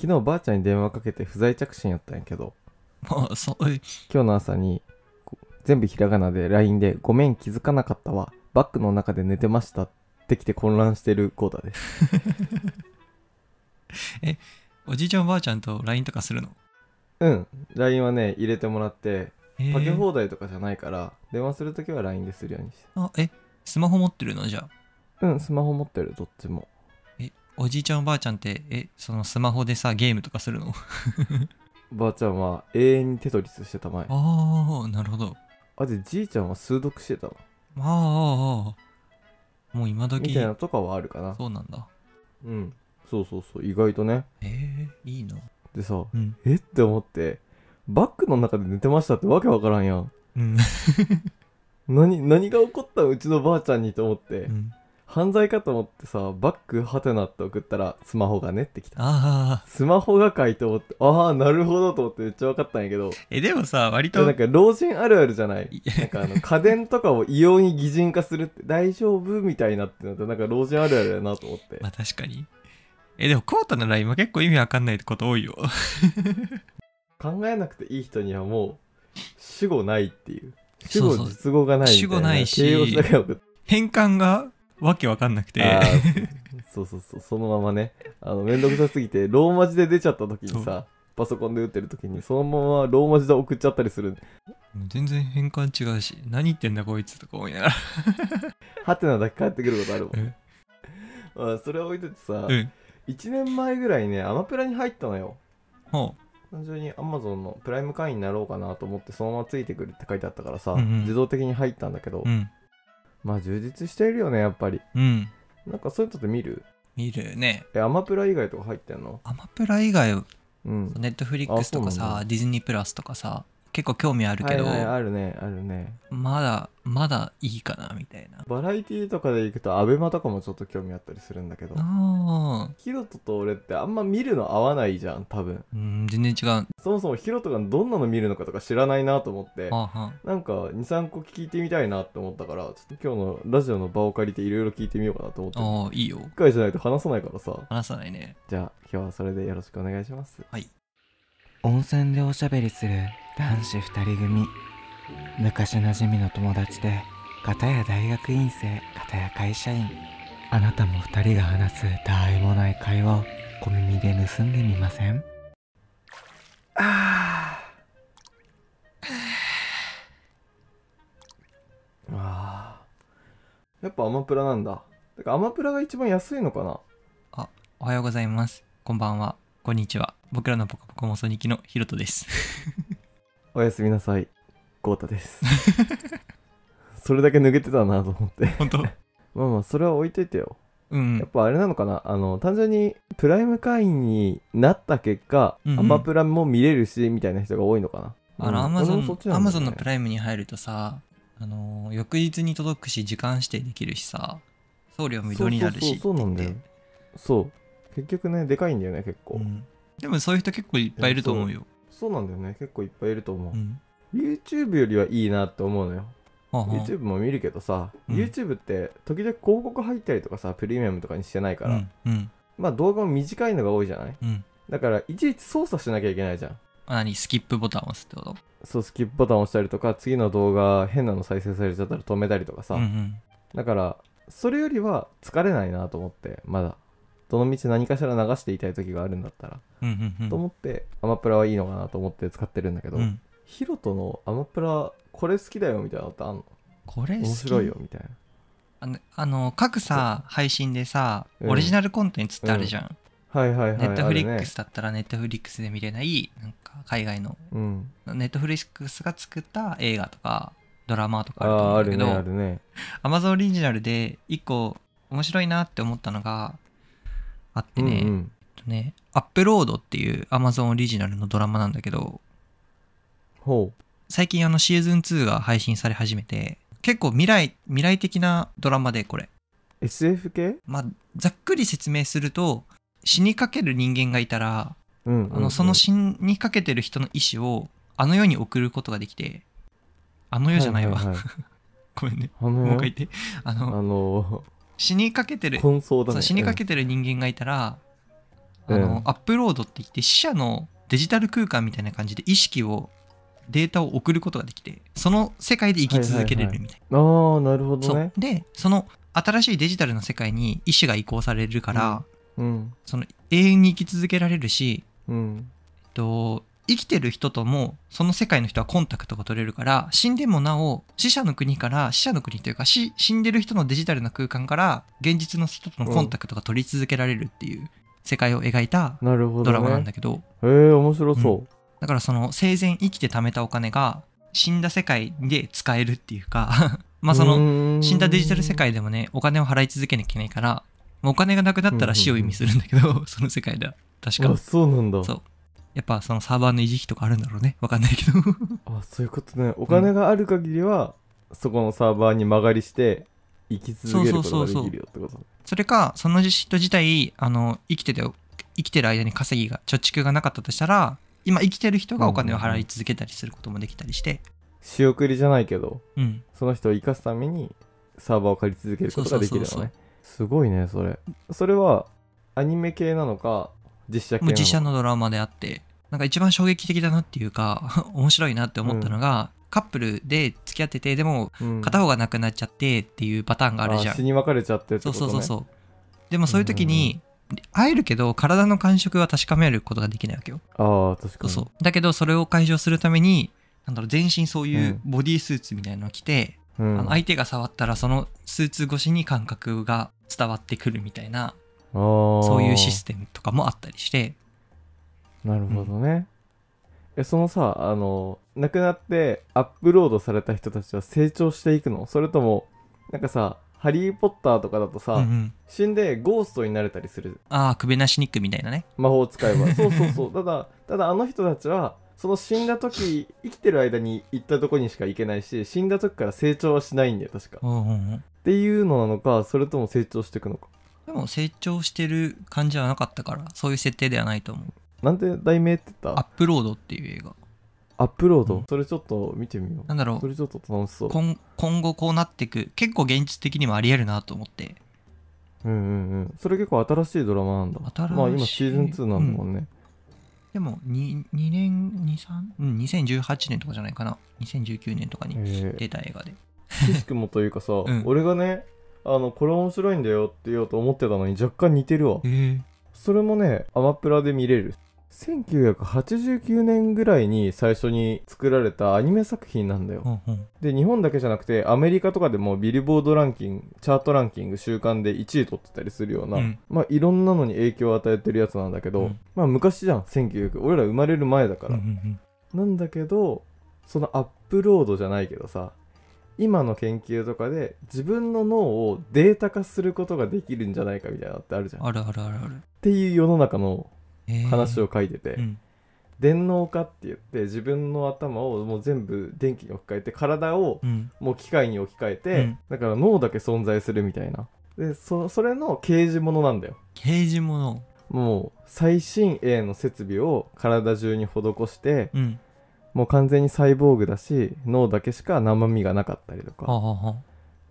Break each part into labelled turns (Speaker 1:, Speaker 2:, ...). Speaker 1: 昨日ばあちゃんに電話かけて不在着信やったんやけど
Speaker 2: もうそういう
Speaker 1: 今日の朝にこう全部ひらがなで LINE で「ごめん気づかなかったわバッグの中で寝てました」ってきて混乱してるコーダです
Speaker 2: おじいちゃんおばあちゃんと LINE とかするの
Speaker 1: うん LINE はね入れてもらって
Speaker 2: へえ
Speaker 1: かけ放題とかじゃないから電話するときは LINE でするようにして
Speaker 2: あえスマホ持ってるのじゃあ
Speaker 1: うんスマホ持ってるどっちも
Speaker 2: えおじいちゃんおばあちゃんってえそのスマホでさゲームとかするの
Speaker 1: ばあちゃんは永遠にテトリスしてた前
Speaker 2: ああなるほど
Speaker 1: あでじいちゃんは数読してたの
Speaker 2: あーあーあーもう今
Speaker 1: み
Speaker 2: 時
Speaker 1: たいなとかはあるかな
Speaker 2: そうなんだ
Speaker 1: うんそうそうそう意外とね
Speaker 2: へえいいな
Speaker 1: でさ
Speaker 2: うん
Speaker 1: えって思ってバッグの中で寝てましたってわけわからんやん
Speaker 2: うん
Speaker 1: 何何が起こったんうちのばあちゃんにと思って、
Speaker 2: うん
Speaker 1: 犯罪かと思ってさバッグハテナって送ったらスマホがねってきた
Speaker 2: ああ
Speaker 1: スマホがかいと思ってああなるほどと思ってめっちゃわかったんやけど
Speaker 2: えでもさ割
Speaker 1: でも
Speaker 2: と
Speaker 1: なんか老人あるあるじゃない
Speaker 2: い
Speaker 1: なんかあの家電とかを異様に擬人化するって大丈夫みたいなってなってなんか老人あるあるやなと思って
Speaker 2: まあ確かにえでもコータの LINE は結構意味わかんないこと多いよ
Speaker 1: 考えなくていい人にはもう主語ないっていう主
Speaker 2: そう
Speaker 1: 語
Speaker 2: そう
Speaker 1: 実語がないみたいな
Speaker 2: 主語ないし
Speaker 1: 形容詞だけ送って
Speaker 2: 変換がわけわかんなくて
Speaker 1: あ ーそうそうそうそのままねあの面倒くさすぎてローマ字で出ちゃった時に
Speaker 2: そ
Speaker 1: さパソコンで打ってる時にそのままローマ字で送っちゃったりする
Speaker 2: 全然変換違うし何言ってんだこいつとか思いながら
Speaker 1: ハテナだけ返ってくることあるも
Speaker 2: うん
Speaker 1: ん、あ、それは置いといてさ、
Speaker 2: うん
Speaker 1: 1年前ぐらいねアマプラに入ったのよ
Speaker 2: ほ
Speaker 1: 単純に Amazon のプライム会員になろうかなと思ってそのままついてくるって書いてあったからさ、
Speaker 2: うんうん
Speaker 1: 自動的に入ったんだけど、
Speaker 2: ううん
Speaker 1: まあ充実しているよねやっぱり
Speaker 2: うん
Speaker 1: なんかそういうのって見る
Speaker 2: 見るね
Speaker 1: えアマプラ以外とか入ってんの
Speaker 2: アマプラ以外
Speaker 1: うん
Speaker 2: ネットフリックスとか
Speaker 1: あそうなん
Speaker 2: さディズニープラスとかさ結構興味あるけど、
Speaker 1: はいはいあるねあるね
Speaker 2: まだまだいいかなみたいな
Speaker 1: バラエティーとかで行くとアベマとかもちょっと興味あったりするんだけど
Speaker 2: あ
Speaker 1: ヒロトと俺ってあんま見るの合わないじゃん多分
Speaker 2: ーうん全然違うは
Speaker 1: そもそもヒロトがどんなの見るのかとか知らないなと思って
Speaker 2: あは
Speaker 1: なんか23個聞いてみたいなって思ったからちょっと今日のラジオの場を借りていろいろ聞いてみようかなと思って
Speaker 2: あ
Speaker 1: 1
Speaker 2: あーいいよ
Speaker 1: 回じゃないと話さないからさ
Speaker 2: 話さないね
Speaker 1: じゃあ今日はそれでよろしくお願いし ます
Speaker 3: 温泉でおしゃべりする男子2人組昔なじみの友達で片や大学院生片や会社員あなたも2人が話すたあいもない会話を小耳で盗んでみません
Speaker 1: あーあーやっぱアマプラなんだてかアマプラが一番安いのかな
Speaker 2: おはようございますこんばんはこんにちは僕らのポコポコ妄想日記のヒロトです
Speaker 1: おやすみなさい豪太です それだけ抜けてたなと思って
Speaker 2: 本当
Speaker 1: まあまあそれは置いといてよ
Speaker 2: う
Speaker 1: やっ
Speaker 2: ん
Speaker 1: ぱあれなのかなあの単純にプライム会員になった結果、
Speaker 2: うんうん
Speaker 1: アマプラも見れるしみたいな人が多いのかな
Speaker 2: あのアマゾンアマゾンのプ
Speaker 1: ラ
Speaker 2: ライムに入るとさあのー翌日に届くし時間指定できるしさ送料無料になるし
Speaker 1: そうそうそうそうなん
Speaker 2: って
Speaker 1: だよ
Speaker 2: 言って
Speaker 1: そう結局ねでかいんだよね結構、
Speaker 2: うんでもそういう人結構いっぱいいると思うよ
Speaker 1: そうなんだよね結構いっぱいいると思う、
Speaker 2: うん
Speaker 1: YouTube よりはいいなって思うのよ
Speaker 2: はあはあ
Speaker 1: YouTube も見るけどさ、
Speaker 2: うん
Speaker 1: YouTube って時々広告入ったりとかさプレミアムとかにしてないから、
Speaker 2: うんうん
Speaker 1: まあ動画も短いのが多いじゃない
Speaker 2: うん
Speaker 1: だからいちいち操作しなきゃいけないじゃん
Speaker 2: あ何スキップボタンを押すってこと
Speaker 1: そうスキップボタン押したりとか次の動画変なの再生されちゃったら止めたりとかさ、
Speaker 2: うんうん
Speaker 1: だからそれよりは疲れないなと思ってまだどの道何かしら流していたい時があるんだったら、
Speaker 2: うんうんうん
Speaker 1: と思ってアマプラはいいのかなと思って使ってるんだけど、
Speaker 2: うん
Speaker 1: ヒロトのアマプラこれ好きだよみたいなのってあんの
Speaker 2: これ好き
Speaker 1: 面白いよみたいな
Speaker 2: あのあの各さ配信でさ
Speaker 1: うん
Speaker 2: オリジナルコンテンツってあるじゃん
Speaker 1: はいはいはい
Speaker 2: ネット
Speaker 1: あ
Speaker 2: フ
Speaker 1: る
Speaker 2: リッ
Speaker 1: ね
Speaker 2: クスだったらネットフリックスで見れないなんか海外の
Speaker 1: うん
Speaker 2: ネットフリックスが作った映画とかドラマとかあ
Speaker 1: あ
Speaker 2: ると
Speaker 1: あーあ
Speaker 2: 思う
Speaker 1: る
Speaker 2: んだけ
Speaker 1: ねあ
Speaker 2: ど
Speaker 1: るね
Speaker 2: Amazon オリジナルで一個面白いなって思ったのがあって
Speaker 1: うんう
Speaker 2: ね、
Speaker 1: ん
Speaker 2: えっとね、アップロードっていう Amazon オリジナルのドラマなんだけど、
Speaker 1: ほ
Speaker 2: 最近あのシーズン2が配信され始めて、結構未来、未来的なドラマでこれ。
Speaker 1: う SF 系
Speaker 2: まあ、ざっくり説明すると、死にかける人間がいたら、
Speaker 1: うんうん
Speaker 2: あの、その死にかけてる人の意思を、あの世に送ることができて、あの世じゃないわ。
Speaker 1: ははは
Speaker 2: ごめんね。
Speaker 1: あの
Speaker 2: もう一回言って。あ
Speaker 1: あ
Speaker 2: の、
Speaker 1: の
Speaker 2: 死にかけて
Speaker 1: ー
Speaker 2: る、
Speaker 1: 混走だ
Speaker 2: そ
Speaker 1: ね
Speaker 2: う死にかけてる人間がいたら、あの、
Speaker 1: うん
Speaker 2: アップロードって言って死者のデジタル空間みたいな感じで意識をデータを送ることができてその世界で生き続けれるみたいな、
Speaker 1: あーなるほど
Speaker 2: そう
Speaker 1: ね
Speaker 2: でその新しいデジタルの世界に意思が移行されるから、
Speaker 1: うん
Speaker 2: その永遠に生き続けられるし、
Speaker 1: うん
Speaker 2: えっと、生きてる人ともその世界の人はコンタクトが取れるから死んでもなお死者の国から死者の国というか死死んでる人のデジタルな空間から現実の人とのコンタクトが取り続けられるっていう世界を描いた
Speaker 1: なるほど、ね、
Speaker 2: ドラマなんだけど、
Speaker 1: へえ面白そう、
Speaker 2: だからその生前生きて貯めたお金が死んだ世界で使えるっていうか まあその
Speaker 1: の
Speaker 2: 死んだデジタル世界でもねお金を払い続けなきゃいけないからもうお金がなくなったら死を意味するんだけど、その世界では確
Speaker 1: あ
Speaker 2: か
Speaker 1: そうなんだ
Speaker 2: そうやっぱそのサーバーの維持費とかあるんだろうねわかんないけど
Speaker 1: あそういうことねお金がある限りは、そこのサーバーに曲がりして生き続けることができるよってこと
Speaker 2: それかその人自体あの生きてて生きてる間に稼ぎが貯蓄がなかったとしたら今生きてる人がお金を払い続けたりすることもできたりして
Speaker 1: 仕送りじゃないけど
Speaker 2: うん
Speaker 1: その人を生かすためにサーバーを借り続けることができるのね
Speaker 2: そうそうそう
Speaker 1: すごいねそれそれはアニメ系なのか実写系
Speaker 2: も
Speaker 1: な
Speaker 2: う
Speaker 1: のか
Speaker 2: 自社のドラマであってなんか一番衝撃的だなっていうか 面白いなって思ったのが、カップルで付き合っててでも
Speaker 1: うん
Speaker 2: 片方がなくなっちゃってっていうパターンがあるじゃん
Speaker 1: 死に別れちゃってるって
Speaker 2: そう
Speaker 1: こと、ね、
Speaker 2: そうそうそうでもそういう時に会えるけど体の感触は確かめることができないわけよ
Speaker 1: ああ確か
Speaker 2: そう
Speaker 1: に
Speaker 2: そうだけどそれを解消するためになんだろう全身そういううんボディースーツみたいなのを着て、
Speaker 1: うん
Speaker 2: あの相手が触ったらそのスーツ越しに感覚が伝わってくるみたいな
Speaker 1: あー
Speaker 2: そういうシステムとかもあったりして
Speaker 1: なるほどね、えそのさあの亡くなってアップロードされた人たちは成長していくのそれともなんかさ「ハリー・ポッター」とかだとさ、
Speaker 2: うんうん
Speaker 1: 死んでゴーストになれたりする
Speaker 2: ああ首なしニックみたいなね
Speaker 1: 魔法使 いはそうそうそうただただあの人たちはその死んだ時生きてる間に行ったとこにしか行けないし死んだ時から成長はしないんだよ確かっ
Speaker 2: うんうんうん
Speaker 1: ていうのなのかそれとも成長していくのか
Speaker 2: でも成長してる感じはなかったからそういう設定ではないと思う
Speaker 1: なんて題名って言っ
Speaker 2: アッ
Speaker 1: た
Speaker 2: プロードっていう映画
Speaker 1: アップロード、
Speaker 2: うん
Speaker 1: それちょっと見てみよ
Speaker 2: なんだろ
Speaker 1: う
Speaker 2: う
Speaker 1: それちょっと楽しそう
Speaker 2: 今今後こうなっていく結構現実的にもありえるなと思って
Speaker 1: うんうんうんそれ結構新しいドラマなんだ
Speaker 2: 新しい
Speaker 1: まあ今シーズン2なんだもんね、
Speaker 2: でも 2, 2年23うん2018年とかじゃないかな2019年とかに
Speaker 1: へえ
Speaker 2: 出た映画で
Speaker 1: シスクもという かさ、
Speaker 2: ん
Speaker 1: 俺がねあのこれ面白いんだよって言おうと思ってたのに若干似てるわ
Speaker 2: え
Speaker 1: それもねアマプラで見れる1989年ぐらいに最初に作られたアニメ作品なんだよ、
Speaker 2: うんうん
Speaker 1: で日本だけじゃなくてアメリカとかでもビルボードランキングチャートランキング週間で1位取ってたりするような、
Speaker 2: うん
Speaker 1: まあいろんなのに影響を与えてるやつなんだけど、
Speaker 2: うん
Speaker 1: まあ昔じゃん1900俺ら生まれる前だから、
Speaker 2: うんうん
Speaker 1: なんだけどそのアップロードじゃないけどさ今の研究とかで自分の脳をデータ化することができるんじゃないかみたいなのってあるじゃ。
Speaker 2: うん
Speaker 1: っ
Speaker 2: あるあるあるある
Speaker 1: ていう世の中の
Speaker 2: ええ
Speaker 1: 話を書いてて、
Speaker 2: うん
Speaker 1: 電脳化って言って自分の頭をもう全部電気に置き換えて体を
Speaker 2: うん
Speaker 1: もう機械に置き換えて、
Speaker 2: うん
Speaker 1: だから脳だけ存在するみたいな。でそそれの刑事ものなんだよ。
Speaker 2: 刑事もの
Speaker 1: もう最新鋭の設備を体中に施して
Speaker 2: うん
Speaker 1: もう完全にサイボーグだし脳だけしか生身がなかったりと
Speaker 2: はあ
Speaker 1: か、
Speaker 2: はあは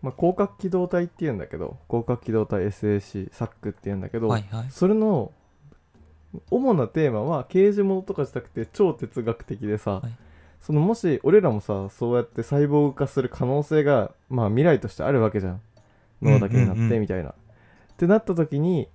Speaker 1: まあ、広角機動隊っていうんだけど広角機動隊 SAC サックっていうんだけ
Speaker 2: あ
Speaker 1: ど、
Speaker 2: はいはい
Speaker 1: それの主なテーマは刑事ものとかじゃなくて超哲学的でさ、
Speaker 2: はい
Speaker 1: そのもし俺らもさそうやってサイボーグ化する可能性がまあ未来としてあるわけじゃん脳だけにな
Speaker 2: うん
Speaker 1: っ
Speaker 2: うんう
Speaker 1: て
Speaker 2: ん
Speaker 1: みたいな、ってなった時に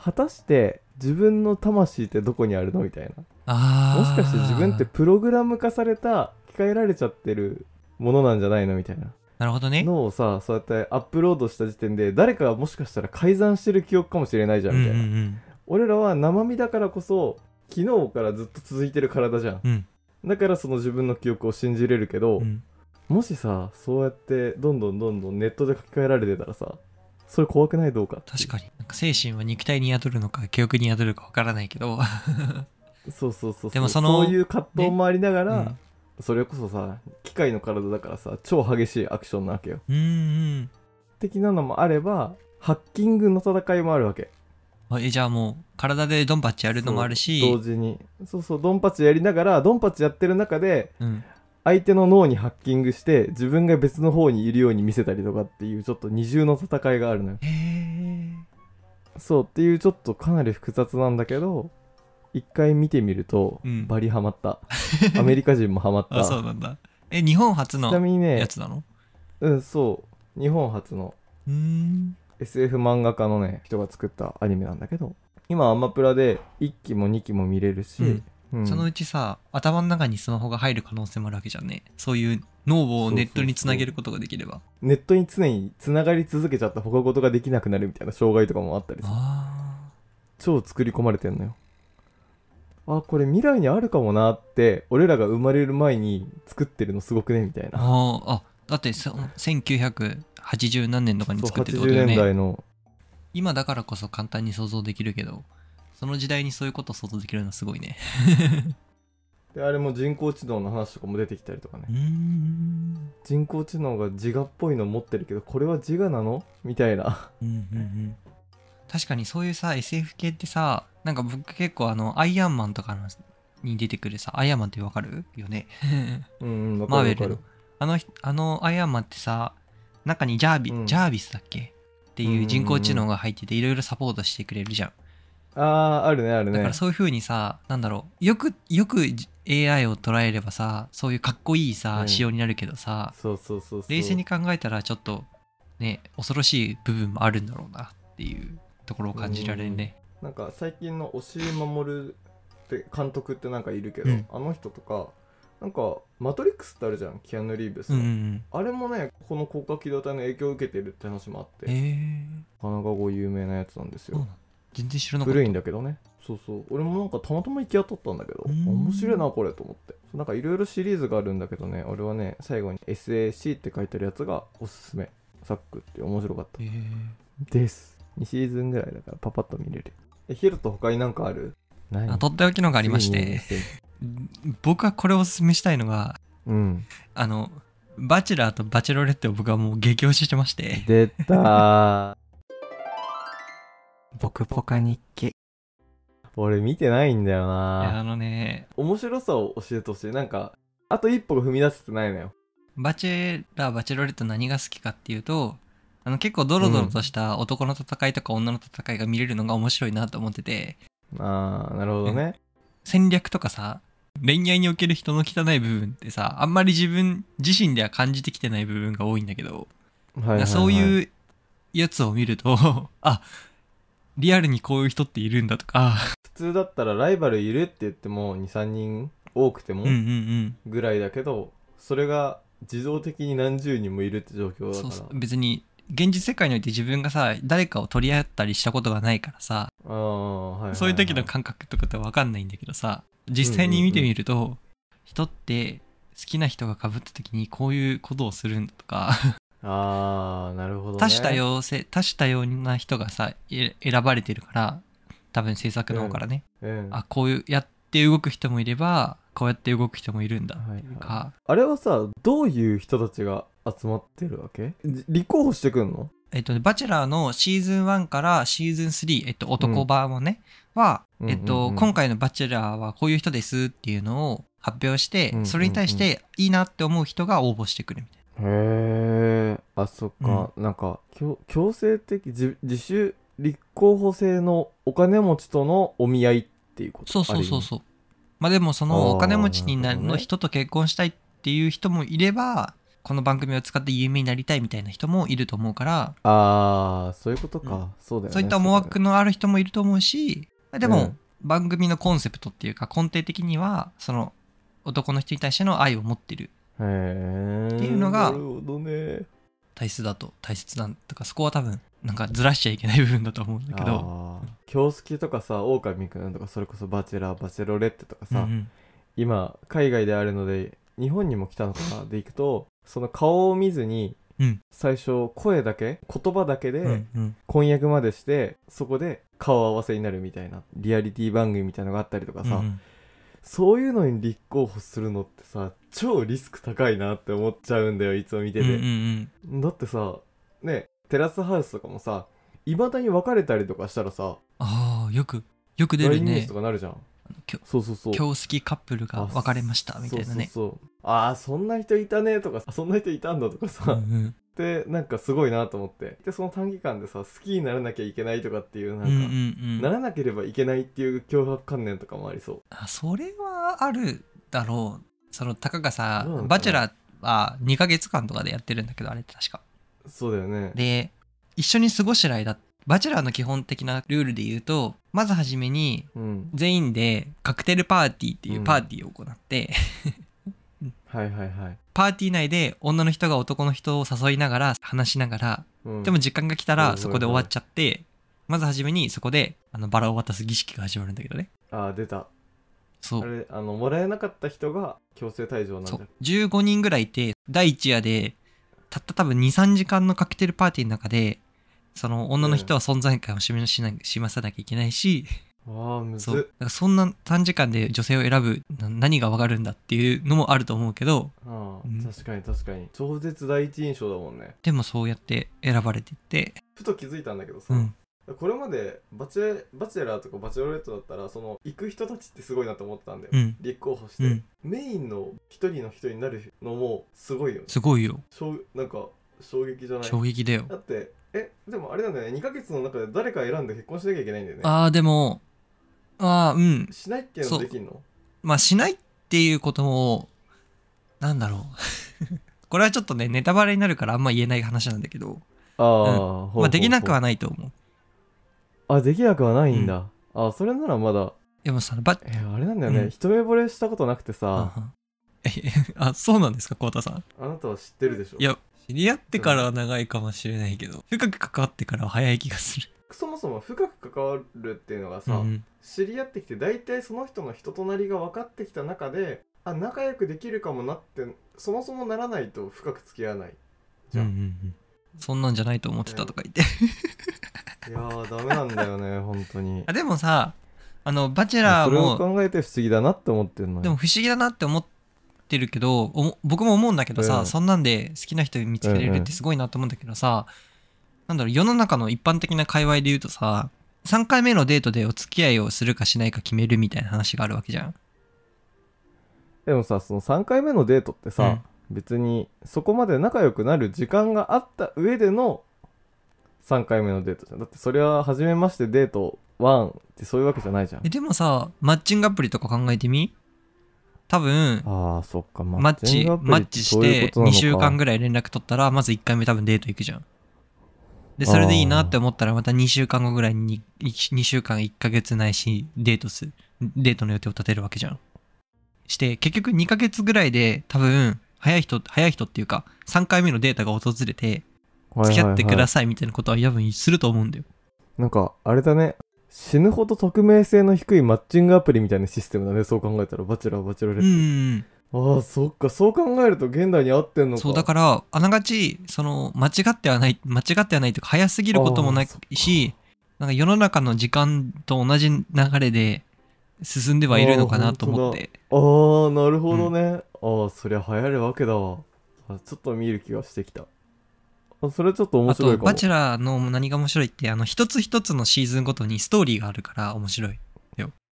Speaker 1: 果たして自分の魂ってどこにあるのみたいな
Speaker 2: ああ
Speaker 1: もしかして自分ってプログラム化された機えられちゃってるものなんじゃないのみたいな
Speaker 2: なるほどね
Speaker 1: のをさそうやってアップロードした時点で誰かがもしかしたら改ざんしてる記憶かもしれないじゃんみたいな、
Speaker 2: うんうん
Speaker 1: 俺らは生身だからこそ昨日からずっと続いてる体じゃん
Speaker 2: うんうん
Speaker 1: だからその自分の記憶を信じれるけど、
Speaker 2: うん
Speaker 1: もしさそうやってどんどんどんどんネットで書き換えられてたらさそれ怖くないどうかっていう
Speaker 2: 確かになんか精神は肉体に宿るのか記憶に宿るかわからないけど、
Speaker 1: そうそうそう
Speaker 2: でもその
Speaker 1: そういう葛藤もありながら、
Speaker 2: うん
Speaker 1: それこそさ機械の体だからさ超激しいアクションなわけよ
Speaker 2: うんうん
Speaker 1: 的なのもあればハッキングの戦いもあるわけ
Speaker 2: あえじゃあもう体でドンパッチやるのもあるし
Speaker 1: そう同時にそうそうドンパチやりながらドンパチやってる中で
Speaker 2: うん、
Speaker 1: 相手の脳にハッキングして自分が別の方にいるように見せたりとかっていうちょっと二重の戦いがあるのよ
Speaker 2: へえ
Speaker 1: そうっていうちょっとかなり複雑なんだけど一回見てみると、
Speaker 2: うん
Speaker 1: バリハマった アメリカ人もハマっ
Speaker 2: あ
Speaker 1: た
Speaker 2: そう
Speaker 1: ち
Speaker 2: なんだえ日本初
Speaker 1: な
Speaker 2: の
Speaker 1: みにね
Speaker 2: やつなの
Speaker 1: うんそう日本初の
Speaker 2: うーん
Speaker 1: SF 漫画家のね人が作ったアニメなんだけど今アマプラで1期も2期も見れるし、うん
Speaker 2: そのうちさ頭の中にスマホが入る可能性もあるわけじゃんねそういう脳々をネットにつなげることができれば
Speaker 1: ネットに常に繋がり続けちゃった他事ができなくなるみたいな障害とかもあったりさ
Speaker 2: あ
Speaker 1: 超作り込まれてんのよあこれ未来にあるかもなって俺らが生まれる前に作ってるのすごくねみたい
Speaker 2: ー
Speaker 1: な
Speaker 2: あーあだってそ1980何年とかに
Speaker 1: そう
Speaker 2: 作ってるってことだ
Speaker 1: 80
Speaker 2: よ
Speaker 1: 年
Speaker 2: ね
Speaker 1: 代の
Speaker 2: 今だからこそ簡単に想像できるけどその時代にそういうことを想像できるのはすごいね
Speaker 1: であれも人工知能の話とかも出てきたりとかね
Speaker 2: うーん
Speaker 1: 人工知能が自我っぽいの持ってるけどこれは自我なのみたいな
Speaker 2: うんうんうん確かにそういうさ SF 系ってさなんか僕結構あのアイアンマンとかのに出てくるさアイアンマンってわかるよね
Speaker 1: うんうんわ
Speaker 2: マ
Speaker 1: か
Speaker 2: ー
Speaker 1: る
Speaker 2: ベ
Speaker 1: わか
Speaker 2: ル
Speaker 1: る
Speaker 2: のあのひあのアイアンマンってさ中にジャービ、
Speaker 1: うん
Speaker 2: ジャービスだっけっていう人工知能が入ってていろいろサポートしてくれるじゃん
Speaker 1: あーあるねある
Speaker 2: だか
Speaker 1: ね
Speaker 2: らそういう風にさ、なんだろうよくよく AI を捉えればさそういうかっこいいさ、
Speaker 1: うん
Speaker 2: 仕様になるけどさ
Speaker 1: そうそうそうそう
Speaker 2: 冷静に考えたらちょっとね恐ろしい部分もあるんだろうなっていうところを感じられるね、
Speaker 1: なんか最近の押井守って監督ってなんかいるけど、
Speaker 2: うん
Speaker 1: あの人とかなんか「マトリックス」ってあるじゃんキアヌ・リーブス
Speaker 2: うん
Speaker 1: の、
Speaker 2: うん
Speaker 1: あれもねこの高架機動隊の影響を受けてるって話もあって
Speaker 2: うん、
Speaker 1: な
Speaker 2: え
Speaker 1: かなかこう有名なやつなんです
Speaker 2: ー、そうな
Speaker 1: よ
Speaker 2: んだ全然知らなかった
Speaker 1: 古いんだけどねそうそう俺もなんかたまたま行き当たったんだけど
Speaker 2: うん
Speaker 1: 面白いなこれと思ってなんかいろいろシリーズがあるんだけどね俺はね最後に SAC って書いてあるやつがおすすめサックって面白かった
Speaker 2: えー
Speaker 1: です2シーズンぐらいだからパパッと見れるえヒロと他になんかあるない
Speaker 2: あとっておきのがありまし
Speaker 1: ついに
Speaker 2: て僕はこれをおすすめしたいのが
Speaker 1: うん
Speaker 2: あのバチェラーとバチェロレッテを僕はもう激推ししてまして
Speaker 1: 出たー
Speaker 3: ボクポカ日記
Speaker 1: 俺見てないんだよ
Speaker 2: いや
Speaker 1: な
Speaker 2: あのね
Speaker 1: 面白さを教えてほしいなんかあと一歩が踏み出せてないのよ
Speaker 2: バチェラーバチェロレット何が好きかっていうとあの結構ドロドロとした男の戦いとか女の戦いが見れるのが面白いなと思ってて
Speaker 1: あーなるほどね
Speaker 2: 戦略とかさ恋愛における人の汚い部分ってさあんまり自分自身では感じてきてない部分が多いんだけど、
Speaker 1: はいはいはい
Speaker 2: そう
Speaker 1: う
Speaker 2: いうやつを見ると あリアルにこういう人っているんだとか
Speaker 1: 普通だったらライバルいるって言っても23人多くても
Speaker 2: うんうんうん
Speaker 1: ぐらいだけどそれが自動的に何十人もいるって状況だから
Speaker 2: そうそう別に現実世界において自分がさ誰かを取り合ったりしたことがないからさ
Speaker 1: ああはいはい、はい、
Speaker 2: そういう時の感覚とかって分かんないんだけどさ実際に見てみると、人って好きな人がかぶった時にこういうことをするんだとか、
Speaker 1: ああなるほど、ね、
Speaker 2: 多種多様性多種多様な人がさえ選ばれてるから多分制作の方からね、
Speaker 1: うん、
Speaker 2: あこういうやって動く人もいればこうやって動く人もいるんだ
Speaker 1: はいはい
Speaker 2: っていうか、
Speaker 1: あれはさどういう人たちが集まってるわけじ立候補してくんの
Speaker 2: えっとね、バチェラーのシーズン1からシーズン3、えっと、男版もね、は、
Speaker 1: うん
Speaker 2: えっ
Speaker 1: うんう
Speaker 2: と、
Speaker 1: ん
Speaker 2: 今回のバチェラーはこういう人ですっていうのを発表して、
Speaker 1: うんうんうん
Speaker 2: それに対していいなって思う人が応募してくるみたい
Speaker 1: へえあそっか、なんか強強制的自自主立候補制のお金持ちとのお見合いっていうこ
Speaker 2: な。
Speaker 1: と
Speaker 2: そうそうそう
Speaker 1: う
Speaker 2: そう。まあでも、その
Speaker 1: あー
Speaker 2: お金持ちにな
Speaker 1: なるほど
Speaker 2: の
Speaker 1: ね
Speaker 2: 人と結婚したいっていう人もいれば、この番組を使って有名になりたいみたいな人もいると思うから、
Speaker 1: ああそういうことか、
Speaker 2: うん
Speaker 1: そうだよね
Speaker 2: そういった思惑のある人もいると思うし、で
Speaker 1: う
Speaker 2: も
Speaker 1: ん、
Speaker 2: 番組のコンセプトっていうか、根底的には、その、男の人に対しての愛を持ってる
Speaker 1: そうだよねへえ
Speaker 2: っていうの
Speaker 1: な
Speaker 2: が
Speaker 1: るほどね
Speaker 2: 大切だと大切なんとかそこは多分なんかずらしちゃいけない部分だと思うんだけど
Speaker 1: あー京介とかさ狼くんとかそれこそバチェラーバチェロレッテとかさ、
Speaker 2: うん
Speaker 1: 今海外であるので日本にも来たのかなでいくとその顔を見ずに、
Speaker 2: うん
Speaker 1: 最初声だけ言葉だけ
Speaker 2: うんう
Speaker 1: で
Speaker 2: んうん
Speaker 1: 婚約までして、そこで顔合わせになるみたいなリアリティ番組みたいのがあったりとかさ、
Speaker 2: うんうん
Speaker 1: そういうのに立候補するのってさ超リスク高いなって思っちゃうんだよいつも見て
Speaker 2: うんう
Speaker 1: て、
Speaker 2: ん
Speaker 1: だってさねテラスハウスとかもさいまだに別れたりとかしたらさ
Speaker 2: ああよくよく出
Speaker 1: LINE
Speaker 2: る
Speaker 1: ニュース
Speaker 2: ね
Speaker 1: とかなるじゃん
Speaker 2: きょ
Speaker 1: そうそうそう
Speaker 2: 今日好きカップルが別れましたみたいなね
Speaker 1: そうそうそうああそんな人いたねとかあそんな人いたんだとか
Speaker 2: う
Speaker 1: さ、
Speaker 2: んうん
Speaker 1: ってなんかすごいなと思ってでその短期間でさ好きにならなきゃいけないとかっていうなん
Speaker 2: う
Speaker 1: か、
Speaker 2: んうんう
Speaker 1: なんらなければいけないっていう脅迫観念とかもありそ
Speaker 2: あそれはあるだろうそのたかがさ
Speaker 1: どうなんだろう
Speaker 2: バチェラーは2ヶ月間とかでやってるんだけどあれって確か
Speaker 1: うそうだよね
Speaker 2: で一緒に過ごしてる間バチェラーの基本的なルールで言うとまずはじめに
Speaker 1: うん
Speaker 2: 全員でカクテルパーティーっていううんパーティーを行って、
Speaker 1: はいはいはい、
Speaker 2: パーティー内で女の人が男の人を誘いながら話しながら
Speaker 1: うん、
Speaker 2: でも時間が来た
Speaker 1: う
Speaker 2: ら
Speaker 1: ん
Speaker 2: そこで終わっちゃってまずはじめにそこであのバラを渡す儀式が始まるんだけどね
Speaker 1: ああ出た
Speaker 2: そ
Speaker 1: あ
Speaker 2: う
Speaker 1: れあのもらえなかった人が強制退場なん
Speaker 2: そ
Speaker 1: だ
Speaker 2: う15人ぐらいいて第一夜でたった多分23時間のカクテルパーティーの中でその女の人は存在感を示しな示さなきゃいけないし
Speaker 1: わあむ
Speaker 2: そうだか
Speaker 1: ず
Speaker 2: らそんな短時間で女性を選ぶな何がわかるんだっていうのもあると思うけ
Speaker 1: っ、
Speaker 2: ど
Speaker 1: ああ
Speaker 2: うん
Speaker 1: 確かに確かに超絶第一印象だもんね
Speaker 2: でもそうやって選ばれていって、
Speaker 1: ふと気づいたんだけどさ、
Speaker 2: うん、
Speaker 1: これまでバチェバチェラーとかバチェロレットだったらその行く人たちってすごいなと思ってたんだよ、
Speaker 2: うん、
Speaker 1: 立候補して、
Speaker 2: うん、
Speaker 1: メインの一人の人になるのもすごいよね
Speaker 2: すごいよ
Speaker 1: しょうなんか衝撃じゃない
Speaker 2: 衝撃だよ
Speaker 1: だってえでもあれなんだよね2ヶ月の中で誰か選んで結婚しなきゃいけないんだよね
Speaker 2: ああでもああうん
Speaker 1: しないっていう
Speaker 2: そ
Speaker 1: の
Speaker 2: う
Speaker 1: できんの
Speaker 2: まあしないっていうこともなんだろう これはちょっとねネタバレになるからあんま言えない話なんだけど、
Speaker 1: あ
Speaker 2: うん
Speaker 1: あ、
Speaker 2: まあ、できなくはないと思う
Speaker 1: あできなくはないんだ、あそれならまだ
Speaker 2: でもさば
Speaker 1: えーあれなんだよね、
Speaker 2: うん
Speaker 1: 一目惚れしたことなくてさ、
Speaker 2: ああそうなんですか浩太さん
Speaker 1: あなたは知ってるでしょ
Speaker 2: いや知り合ってからは長いかもしれないけど深く関わってからは早い気がする
Speaker 1: そもそも深く関わるっていうのがさ、
Speaker 2: うん
Speaker 1: 知り合ってきて大体その人の人となりが分かってきた中であ仲良くできるかもなってそもそもならないと深く付き合わないじゃん
Speaker 2: うんうんうんそんなんじゃないと思ってたとか言って
Speaker 1: いやーダメなんだよね 本当に
Speaker 2: あでもさあのバチェラ
Speaker 1: そ
Speaker 2: ー
Speaker 1: れを
Speaker 2: も
Speaker 1: 考えて不思議だなって思ってるのよ
Speaker 2: でも不思議だなって思ってるけどおも僕も思うんだけどさ、
Speaker 1: うん
Speaker 2: そんなんで好きな人見つけれるってすごいなと思うんだけどさ、なんだろう世の中の一般的な界隈で言うとさ3回目のデートでお付き合いをするかしないか決めるみたいな話があるわけじゃん。
Speaker 1: でもさその3回目のデートってさ、別にそこまで仲良くなる時間があった上での3回目のデートじゃんだってそれは初めましてデート1ってそういうわけじゃないじゃん
Speaker 2: えでもさマッチングアプリとか考えてみ多分
Speaker 1: ああそっか
Speaker 2: マッチ
Speaker 1: ングアプリ
Speaker 2: マッチし
Speaker 1: そういう
Speaker 2: て
Speaker 1: ことなの
Speaker 2: 2
Speaker 1: か
Speaker 2: 週間ぐらい連絡取ったらまず1回目多分デート行くじゃんでそれでいいなって思ったらまた2週間後ぐらいに2週間1ヶ月ないしデートすデートの予定を立てるわけじゃんして結局2ヶ月ぐらいで多分早い人早い人っていうか3回目のデータが訪れて付き合ってくだ
Speaker 1: さ
Speaker 2: さいみたいなことは多分すると思うんだよ
Speaker 1: いなんかあれだね死ぬほど匿名性の低いマッチングアプリみたいなシステムだねそう考えたらバチェラーバチェロレ
Speaker 2: うん
Speaker 1: ッ
Speaker 2: うんうん
Speaker 1: ト、ああそっかそう考えると現代に合ってんのか
Speaker 2: そうだからあながちその間違ってはない間違ってはないというか早すぎることもな
Speaker 1: あーそっ
Speaker 2: いしなんか世の中の時間と同じ流れで進んではいるのかなと思って
Speaker 1: ああなるほどね、ああそりゃ流行るわけだわあちょっと見る気がしてきたあそれちょっと面
Speaker 2: あ
Speaker 1: 白い
Speaker 2: と
Speaker 1: かも
Speaker 2: バチェラーの何が面白いってあの一つ一つのシーズンごとにストーリーがあるから面白い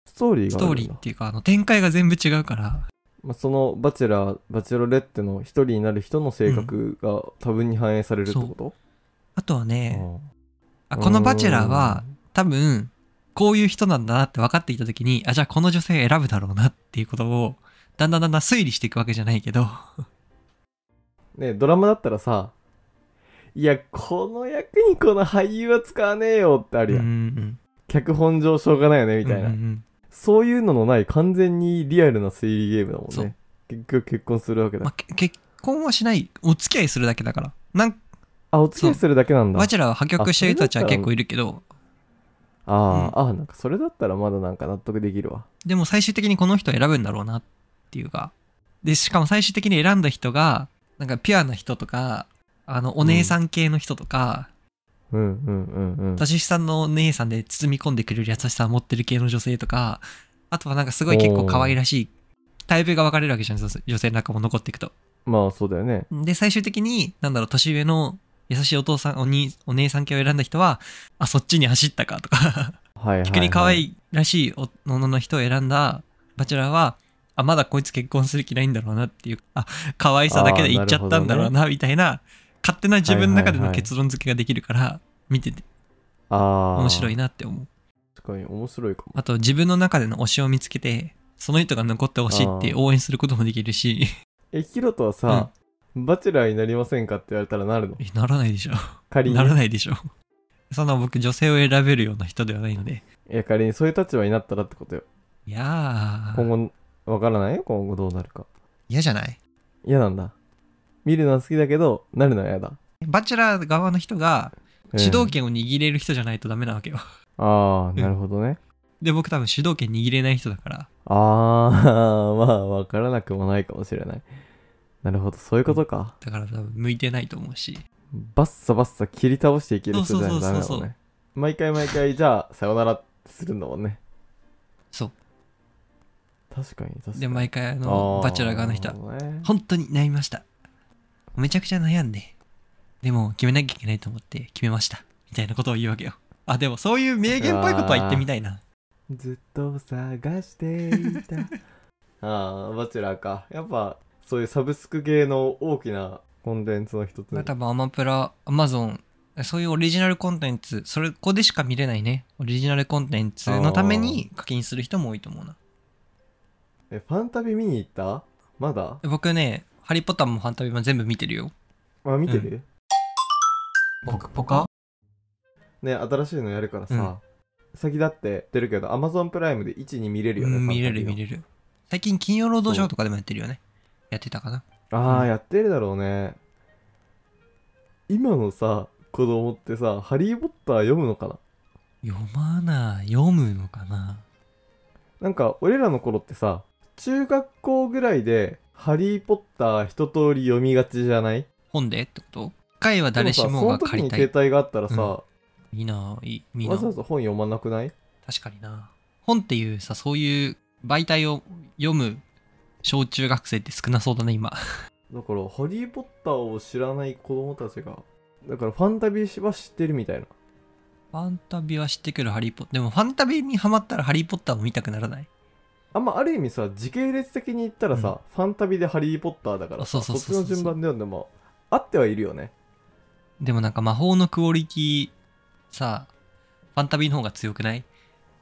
Speaker 1: ストーリー
Speaker 2: ス
Speaker 1: があ
Speaker 2: トー
Speaker 1: る
Speaker 2: リ
Speaker 1: ん
Speaker 2: ー
Speaker 1: だ
Speaker 2: っていうかあの展開が全部違うから
Speaker 1: まあ、そのバチェラーバチェロレッテの一人になる人の性格が多分に反映されるってこと、
Speaker 2: あとはね
Speaker 1: あ
Speaker 2: あこのバチェラーは多分こういう人なんだなって分かっていた時にあじゃあこの女性選ぶだろうなっていうことをだんだんだんだん推理していくわけじゃないけど
Speaker 1: ねドラマだったらさいやこの役にこの俳優は使わねえよってあ
Speaker 2: う
Speaker 1: る
Speaker 2: んう
Speaker 1: やん、
Speaker 2: ん
Speaker 1: 脚本上しょうがないよねみたいな、
Speaker 2: うんうんうん
Speaker 1: そういうののない完全にリアルな推理ゲームだもん
Speaker 2: そう
Speaker 1: ね結局結婚するわけだ、
Speaker 2: まあ、け結婚はしないお付き合いするだけだからなん
Speaker 1: あお付き合いするだけなんだ
Speaker 2: バチェラーは破局してる人たちは
Speaker 1: あそれだったら
Speaker 2: 結構いるけど
Speaker 1: あー、あーなんかそれだったらまだなんか納得できるわ
Speaker 2: でも最終的にこの人を選ぶんだろうなっていうかでしかも最終的に選んだ人がなんかピュアな人とかあのお姉さん系の人とか、
Speaker 1: うんうんうんうん
Speaker 2: 年下のお姉さんで包み込んでくれる優しさを持ってる系の女性とかあとはなんかすごい結構可愛らしいタイプが分かれるわけじゃん女女性の中も残っていくと
Speaker 1: まあそうだよね
Speaker 2: で、最終的に、なんだろう、年上の優しいお父さん、おにお姉さん系を選んだ人は、あ、そっちに走ったかとか、
Speaker 1: はいはい、はい、
Speaker 2: 逆に可愛いらしいお女の人を選んだバチェラーは、あ、まだこいつ結婚する気ないんだろうなっていう、あ、可愛さだけで行っちゃったんだろうな、みたいな勝手な自分の中での結論付けができるから見てて
Speaker 1: ああ
Speaker 2: 面白い
Speaker 1: な
Speaker 2: なって思う
Speaker 1: 確かに面白いかも
Speaker 2: あと自分の中での推しを見つけてその人が残ってほしいって応援することもできるし
Speaker 1: えヒロトはさ、バチェラーになりませんかって言われたらなるの
Speaker 2: えならないでしょ
Speaker 1: 仮に
Speaker 2: ならないでしょ そんな僕女性を選べるような人ではないので
Speaker 1: いや仮にそういう立場になったらってことよ
Speaker 2: いやー
Speaker 1: 今後わからないよ今後どうなるか
Speaker 2: 嫌じゃない
Speaker 1: 嫌なんだ見るのは好きだけどなるのは嫌だ、
Speaker 2: バチェラー側の人が
Speaker 1: うん
Speaker 2: 主導権を握れる人じゃないとダメなわけよ
Speaker 1: ああなるほどね
Speaker 2: で僕多分主導権握れない人だから
Speaker 1: ああ まあわからなくもないかもしれないなるほどそういうことか、
Speaker 2: だから多分向いてないと思うし
Speaker 1: バッサバッサ切り倒していける人じゃないとダメだ
Speaker 2: そうそう
Speaker 1: もん
Speaker 2: そう
Speaker 1: ね毎回毎回じゃあさよならってするんだもんね
Speaker 2: そう
Speaker 1: 確かに確かに
Speaker 2: で毎回あ
Speaker 1: あ
Speaker 2: の
Speaker 1: ー
Speaker 2: バチェラー側の人は
Speaker 1: なるほどね
Speaker 2: 本当に悩みましためちゃくちゃ悩んででも決めなきゃいけないと思って決めましたみたいなことを言うわけよあでもそういう名言っぽいことは言ってみたいな
Speaker 1: ずっと探していた ああバチェラーかやっぱそういうサブスク系の大きなコンテンツの一つ
Speaker 2: まあ
Speaker 1: に
Speaker 2: 多分アマプラアマゾンそういうオリジナルコンテンツそれここでしか見れないねオリジナルコンテンツのために課金する人も多いと思うな
Speaker 1: えファンタビ見に行ったまだ
Speaker 2: 僕ね「ハリー・ポッター」も「ファンタビ」も全部見てるよ
Speaker 1: あ見てる、
Speaker 3: ポクポカ
Speaker 1: ね新しいのやるからさ、先だって言ってるけど Amazon プライムで12見れるよね、
Speaker 2: うん見れる見
Speaker 1: る
Speaker 2: れる最近金曜ロードショーとかでもやってるよねやってたかな
Speaker 1: ああ、
Speaker 2: うん
Speaker 1: やってるだろうね今のさ子供ってさ「ハリー・ポッター」読むのかな
Speaker 2: 読まない読むのかな
Speaker 1: なんか俺らの頃ってさ中学校ぐらいで「ハリー・ポッター」一通り読みがちじゃない
Speaker 2: 本でってこと回は誰し
Speaker 1: で
Speaker 2: も
Speaker 1: も
Speaker 2: が
Speaker 1: さその
Speaker 2: 借
Speaker 1: 時
Speaker 2: り
Speaker 1: に
Speaker 2: た
Speaker 1: 携
Speaker 2: い
Speaker 1: 帯があったらさ、
Speaker 2: 見ない見な
Speaker 1: わ
Speaker 2: い
Speaker 1: ざわざ本読まなくない
Speaker 2: 確かにな本っていうさそういう媒体を読む小中学生って少なそうだね今
Speaker 1: だから「ハリー・ポッター」を知らない子供たちがだからファンタビーは知ってるみたいな
Speaker 2: ファンタビは知ってくるハリーポッター。でもファンタビにハマったらハリーポッターも見たくならない。
Speaker 1: あんまある意味さ時系列的に言ったらさ、ファンタビで「ハリー・ポッター」だからさ
Speaker 2: あ
Speaker 1: そ
Speaker 2: そ
Speaker 1: うっ
Speaker 2: そう
Speaker 1: ち
Speaker 2: そ
Speaker 1: の
Speaker 2: うそう
Speaker 1: 順番で読んでも合ってはいるよね
Speaker 2: でもなんか魔法のクオリティ、さ、ファンタビの方が強くない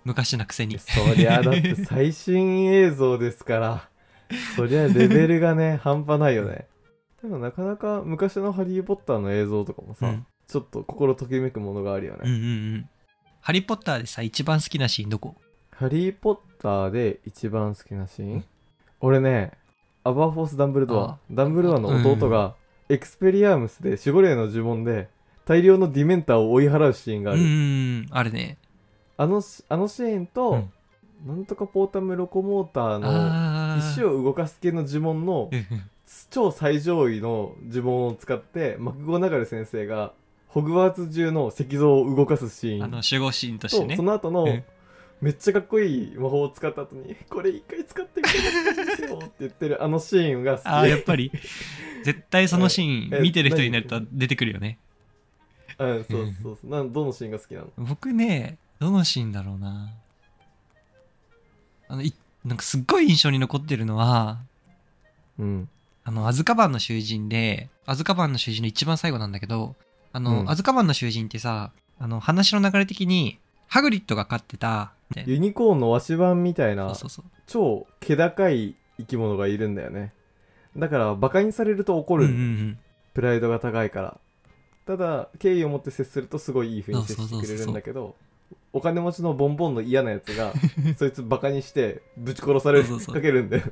Speaker 2: 昔なくせに。
Speaker 1: そりゃだって最新映像ですからそりゃレベルが ね半端ないよねでもなかなか昔の「ハリー・ポッター」の映像とかも
Speaker 2: う
Speaker 1: さ、
Speaker 2: ん、
Speaker 1: ちょっと心ときめくものがあるよね、
Speaker 2: うんうんうん。ハリーポッターでさ、一番好きなシーンどこ
Speaker 1: ハリー・ポッターで一番好きなシーン俺ね、アバーフォース・ダンブルド
Speaker 2: あ
Speaker 1: ア、ダンブルドアの弟が、エクスペリアームスで守護霊の呪文で、大量のディメンターを追い払うシーンが
Speaker 2: う
Speaker 1: あ
Speaker 2: んう
Speaker 1: る。
Speaker 2: んうん。あれね。
Speaker 1: あのし、あのシーンと、なんとかポータム・ロコモーターの、
Speaker 2: あー
Speaker 1: 石を動かす系の呪文の
Speaker 2: う、んうん
Speaker 1: 超最上位の呪文を使って、マクゴナガル先生が、ホグワーツ中の石像を動かすシーン。
Speaker 2: あの、守護シーンとして
Speaker 1: と、
Speaker 2: ね
Speaker 1: そ。の後
Speaker 2: う
Speaker 1: の
Speaker 2: ん
Speaker 1: めっちゃかっこいい魔法を使った後に「これ一回使ってみてくよ」って言ってるあのシーンが好き
Speaker 2: ああ、やっぱり。絶対そのシー
Speaker 1: ええ
Speaker 2: ン、見てる人になると出てくるよね。
Speaker 1: うんそうそうそうなんどのシーンが好きなの
Speaker 2: 僕ねどのシーンだろうなあのいなんかすっごい印象に残ってるのは
Speaker 1: うん
Speaker 2: あのアズカバンの囚人でアズカバンの囚人の一番最後なんだけどあの、
Speaker 1: うん
Speaker 2: アズカバンの囚人ってさあの話の流れ的にハグリッドが飼ってた
Speaker 1: ユニコーンのワシ版みたい
Speaker 2: そ
Speaker 1: な
Speaker 2: うそうそう
Speaker 1: 超気高い生き物がいるんだよねだからバカにされると怒
Speaker 2: うん
Speaker 1: る、
Speaker 2: うんうん
Speaker 1: プライドが高いからただ敬意を持って接するとすごいいい風に接してくれるんだけどお金持ちのボンボンの嫌なやつ がそいつバカにしてぶち殺される
Speaker 2: そうそうそう
Speaker 1: かけるんだ よね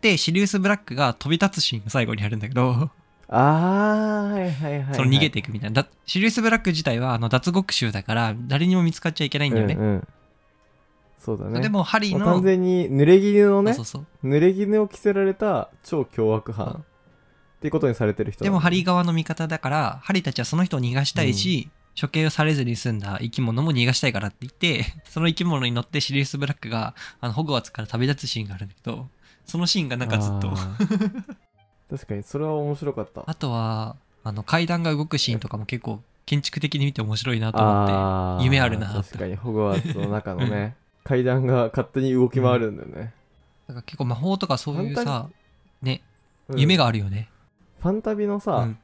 Speaker 2: でシリウス・ブラックが飛び立つシーンが最後にあるんだけど
Speaker 1: あーはいはいはい、はい、
Speaker 2: その逃げていくみたいなだシリウス・ブラック自体はあの脱獄囚だから誰にも見つかっちゃいけないんだよね
Speaker 1: う、んうん、そうだね
Speaker 2: でもハリー
Speaker 1: もう
Speaker 2: の
Speaker 1: 完全に濡れ衣のね
Speaker 2: そうそうそう
Speaker 1: 濡れ衣を着せられた超凶悪犯、
Speaker 2: うん
Speaker 1: っていうことにされてる人
Speaker 2: でもハリー
Speaker 1: が
Speaker 2: 側の味方だからハリーたちはその人を逃がしたいし、処刑をされずに済んだ生き物も逃がしたいからって言って その生き物に乗ってシリウス・ブラックがあのホグワーツから旅立つシーンがあるんだけどそのシーンがなんかずっとあ
Speaker 1: 確かにそれは面白かった
Speaker 2: とはあの階段が動くシーンとかも結構建築的に見て面白いなと思っ
Speaker 1: あ
Speaker 2: 夢あるな
Speaker 1: 確かにホグワーツの中のね階段が勝手に動き回るんだよね、
Speaker 2: てなんか結構魔法とかそういう
Speaker 1: 簡
Speaker 2: さ
Speaker 1: 単
Speaker 2: ね
Speaker 1: うん
Speaker 2: 夢があるよね、
Speaker 1: ファンタビのさ、
Speaker 2: うん、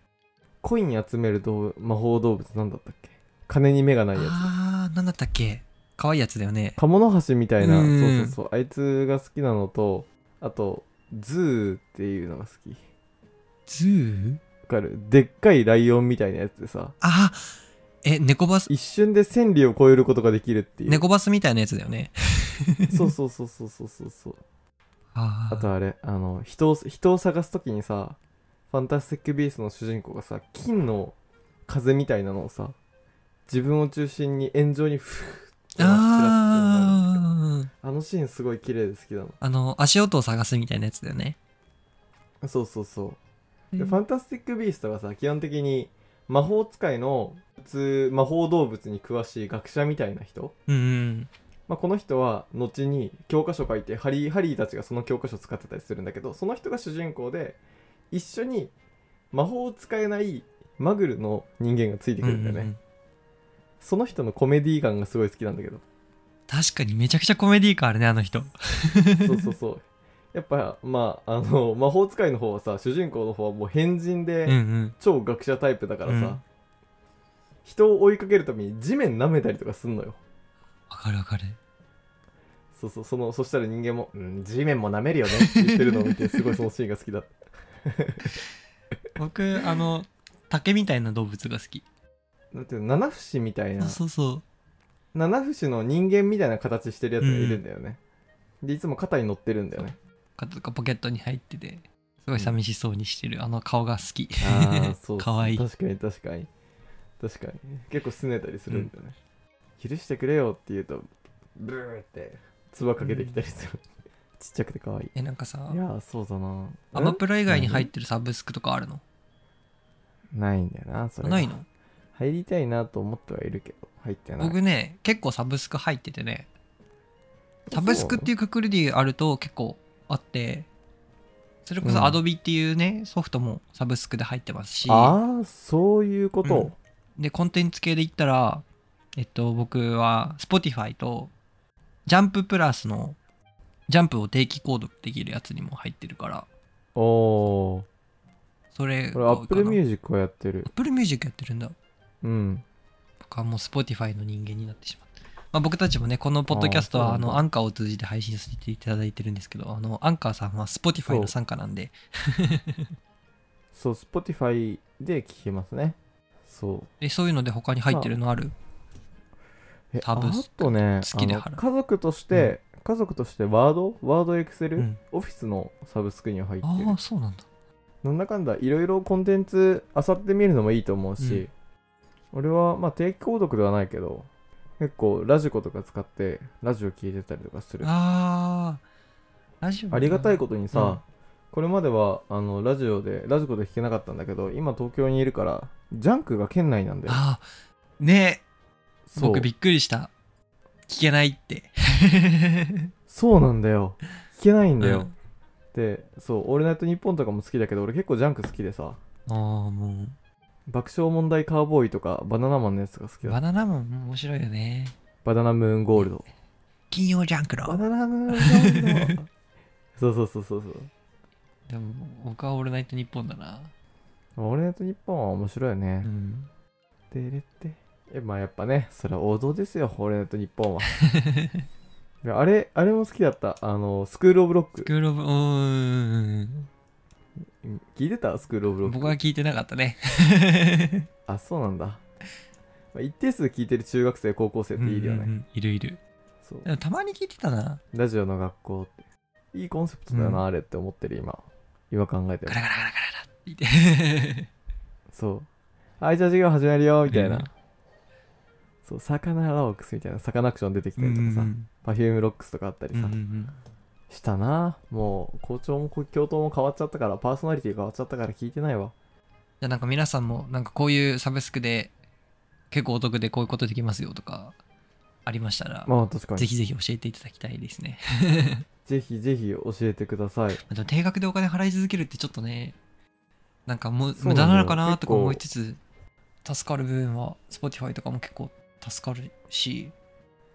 Speaker 1: ココイン集める動物魔法動物なんだったっけ金に目がないやつ
Speaker 2: あー、なんだったっけ可愛いやつだよね。
Speaker 1: カモノハシみたいな、
Speaker 2: うん
Speaker 1: そうそうそうあいつが好きなのとあとズーっていうのが好きわ
Speaker 2: ズー
Speaker 1: かるでっかいライオンみたいなやつでさ
Speaker 2: あえ、猫バス、
Speaker 1: 一瞬で千里を超えることができるっていう
Speaker 2: 猫バスみたいなやつだよね。
Speaker 1: そうそうそうそうそうそうそう
Speaker 2: あ
Speaker 1: あとあれあの人を人を探す時にさ「ファンタスティック・ビースト」の主人公がさ金の風みたいなのをさ自分を中心に炎上に フーって散らすあ
Speaker 2: あー
Speaker 1: あのシーンすごい綺麗で好きだ
Speaker 2: あの、足音を探すみたいなやつだよね。
Speaker 1: なそうそうそうで、ファンタスティック・ビーストがさ基本的に魔法使いの普通魔法動物に詳しい学者みたいな人、
Speaker 2: うんうん。
Speaker 1: まあ、この人は後に教科書書いてハリーハリーたちがその教科書使ってたりするんだけどその人が主人公で一緒に魔法を使えないマグルの人間がついてくるんだよね、
Speaker 2: うんうんうん
Speaker 1: その人のコメディ感がすごい好きなんだけ ど
Speaker 2: 確かにめちゃくちゃコメディー感あるね、あの人。
Speaker 1: そうそうそうやっぱまああの魔法使いの方はさ主人公の方はもう変人で、
Speaker 2: うんうん。
Speaker 1: 超学者タイプだからさ、
Speaker 2: うん
Speaker 1: 人を追いかけるために地面舐めたりとかすんのよ
Speaker 2: わかるわかる。
Speaker 1: そうそうそのそしたら人間も「うん地面も舐めるよね」って言ってるのを見てすごいそのシーンが好きだった
Speaker 2: 僕、あの、竹みたいな動物が好き。
Speaker 1: なんていうの七節みたいな
Speaker 2: そうそうそう。
Speaker 1: 七節の人間みたいな形してるやつがいるんだよね、でいつも肩に乗ってるんだよね
Speaker 2: かとかポケットに入っててすごい寂しそうにしてる、あの顔が好き
Speaker 1: ああそうそう
Speaker 2: かわいい
Speaker 1: 確かに確かに確かに結構拗ねたりするんだよね、許してくれよって言うとブーって唾かけてきたりする、ちっちゃくて可愛い
Speaker 2: えなんかさ
Speaker 1: いやーそうだな
Speaker 2: アマプラ以外に入ってるサブスクとかあるの
Speaker 1: ないんだよなそれが
Speaker 2: ないの
Speaker 1: 入りたいなと思ってはいるけど入ってない
Speaker 2: 僕ね結構サブスク入っててねサブスクっていうくくりであると結構あってそれこ
Speaker 1: うん
Speaker 2: そアドビっていうね、ソフトもサブスクで入ってますし
Speaker 1: ああそういうこと、
Speaker 2: うんでコンテンツ系で言ったらえっと僕は Spotify とジャンププラスのジャンプを定期購読できるやつにも入ってるから
Speaker 1: おお
Speaker 2: それ
Speaker 1: これアップルミュ
Speaker 2: ジッ
Speaker 1: ージックをやってる
Speaker 2: クアップルミュージックやってるんだ
Speaker 1: うん
Speaker 2: 僕はもう Spotify の人間になってしまった、まあ、僕たちもねこのポッドキャスト
Speaker 1: あー
Speaker 2: はあ
Speaker 1: そうなんだ
Speaker 2: のアンカーを通じて配信させていただいてるんですけどあのアンカーさんは Spotify の傘下なんで
Speaker 1: そう Spotify で聴けますねそう
Speaker 2: でそういうので他に入ってるのある
Speaker 1: え
Speaker 2: サブスク
Speaker 1: あとね
Speaker 2: 月で払う
Speaker 1: あの家族として、家族としてワードワードエクセル、
Speaker 2: うん
Speaker 1: オフィスのサブスクには入って
Speaker 2: ああ
Speaker 1: る
Speaker 2: そうなんだ
Speaker 1: なんだかんだいろいろコンテンツ漁ってみるのもいいと思うし、俺はまあ定期購読ではないけど結構ラジコとか使ってラジオ聞いてたりとかする
Speaker 2: ああラジオ
Speaker 1: ありがたい
Speaker 2: こ
Speaker 1: ことにさ、
Speaker 2: うん
Speaker 1: これまではあのラジオでラジコで聞けなかったんだけど今東京にいるからジャンクが県内なんだよ
Speaker 2: ああねえ
Speaker 1: そう
Speaker 2: 僕びっくりした聞けないって
Speaker 1: そうなんだよ聞けないんだよ、
Speaker 2: うん
Speaker 1: でそう「オールナイトニッポン」とかも好きだけど俺結構ジャンク好きでさ
Speaker 2: ああも
Speaker 1: 爆笑問題カーボーイとかバナナマンのやつが好き
Speaker 2: う
Speaker 1: だバ
Speaker 2: バナナマン面白いよね
Speaker 1: ナナムーンゴールド
Speaker 2: 金曜ジャンク
Speaker 1: バ
Speaker 2: の
Speaker 1: ナナムーンゴールドそうそうそうそうそう
Speaker 2: でも僕は「オールナイトニッポン」だな
Speaker 1: オールナイトニッポンは面白いよ
Speaker 2: う
Speaker 1: ね、
Speaker 2: ん
Speaker 1: でれってえまあやっぱねそれは王道ですよオールナイトニッポンはであれあれも好きだったあのスクール・オブ・ロック
Speaker 2: スクールオブ、うーん。
Speaker 1: 聞いてたスクール・オブ・ロック
Speaker 2: 僕は聞いてなかったね。
Speaker 1: あそうなんだ、まあ、一定数聞いてる中学生高校生っているよね、
Speaker 2: うんうんうんいるいる。
Speaker 1: そう
Speaker 2: でもたまに聞いてたな。
Speaker 1: ラジオの学校っていいコンセプトだよな、
Speaker 2: うん
Speaker 1: あれって思ってる今今考えて
Speaker 2: ガ
Speaker 1: る
Speaker 2: ラガラガラガラって言って。
Speaker 1: そうはいじゃあ授業始めるよみたいな、
Speaker 2: うん
Speaker 1: そうサカナロックスみたいなサカナクション出てきたりとかさ、
Speaker 2: うん
Speaker 1: パフュームロックスとかあったり
Speaker 2: うん
Speaker 1: さ、
Speaker 2: うん
Speaker 1: したなもう校長もこ教頭も変わっちゃったからパーソナリティ変わっちゃったから聞いてないわ
Speaker 2: じゃあなんか皆さんも、なんかこういうサブスクで、結構お得でこういうことできますよとか、ありましたら、
Speaker 1: まあ確かにぜ
Speaker 2: ぜひぜひ教えていただきたいですね。
Speaker 1: ひぜひ教えてください
Speaker 2: でも定額でお金払い続けるってちょっとね、なんかむ
Speaker 1: そうな
Speaker 2: 無
Speaker 1: んだよ
Speaker 2: 駄なのかなと
Speaker 1: 結
Speaker 2: か
Speaker 1: 構
Speaker 2: 思いつつ、助かる部分は、Spotify とかも結構助かるし、ジ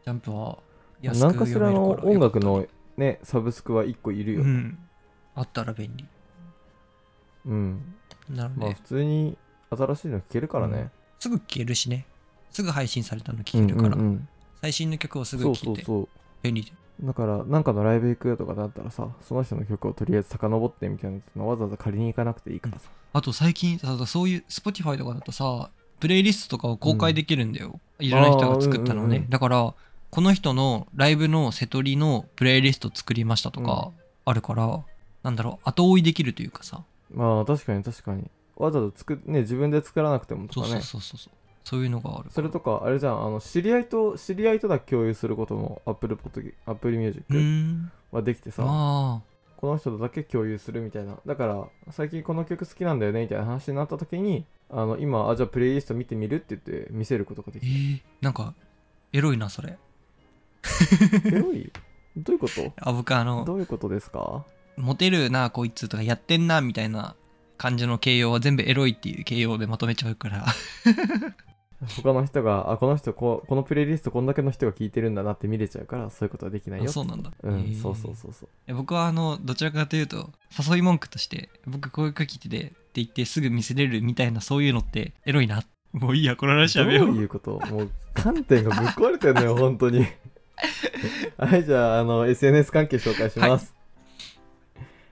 Speaker 2: ャンプは安く
Speaker 1: 何かしらの
Speaker 2: 読め
Speaker 1: 音
Speaker 2: るから
Speaker 1: 楽のねサブスクは1個いるよ
Speaker 2: う、ん、あったら便利
Speaker 1: うん、
Speaker 2: なの
Speaker 1: まあ
Speaker 2: で
Speaker 1: 普、通に新しいの聴けるからね、
Speaker 2: すぐ聴けるしねすぐ配信されたの
Speaker 1: うん
Speaker 2: 聴けるから、
Speaker 1: うんうん
Speaker 2: 最新の曲をすぐ
Speaker 1: そ
Speaker 2: 聴
Speaker 1: う
Speaker 2: いて
Speaker 1: そうそう
Speaker 2: 便利で
Speaker 1: だからなんかのライブ行くとかだったらさその人の曲をとりあえず遡ってみたいなのわざわざ借りに行かなくていいからさ、
Speaker 2: あと最近さそういう Spotify とかだとさプレイリストとかを公開できるんだよ、いろんな人が作ったの
Speaker 1: あーう
Speaker 2: をね、
Speaker 1: んうんうん
Speaker 2: だからこの人のライブの瀬戸りのプレイリスト作りましたとかあるから、なんだろう後追いできるというかさ
Speaker 1: まあ確かに確かにわざわざ作っね自分で作らなくてもと
Speaker 2: そう
Speaker 1: か
Speaker 2: そ
Speaker 1: ね
Speaker 2: うそうそうそうそういうのがある
Speaker 1: それとかあれじゃんあの知り合いと知り合いとだけ共有することも Apple p o d アップルミュージ
Speaker 2: うー
Speaker 1: ック
Speaker 2: ん
Speaker 1: はできてさ、
Speaker 2: あ
Speaker 1: この人とだけ共有するみたいなだから最近この曲好きなんだよねみたいな話になった時にあの今あじゃあプレイリスト見てみるって言って見せることがで
Speaker 2: ーえ
Speaker 1: きる
Speaker 2: ー、なんかエロいなそれ
Speaker 1: エロいどういうこと
Speaker 2: あ僕 あの
Speaker 1: どういうことですか
Speaker 2: モテるなこいつとかやってんなみたいな感じの形容は全部エロいっていう形容でまとめちゃうから
Speaker 1: 他の人があこの人こうこのプレイリストこんだけの人が聞いてるんだなって見れちゃうからそういうことはできないよ
Speaker 2: そうなんだ
Speaker 1: うん、
Speaker 2: えー
Speaker 1: そうそうそうそう
Speaker 2: いや僕はあのどちらかというと誘い文句として僕こういう書きてでって言ってすぐ見せれるみたいなそういうのってエロいなもういいやこの話
Speaker 1: どう
Speaker 2: やめよう
Speaker 1: いうこと もう観点がぶっ壊れてんのよ本当 にはいじゃああの SNS 関係紹介します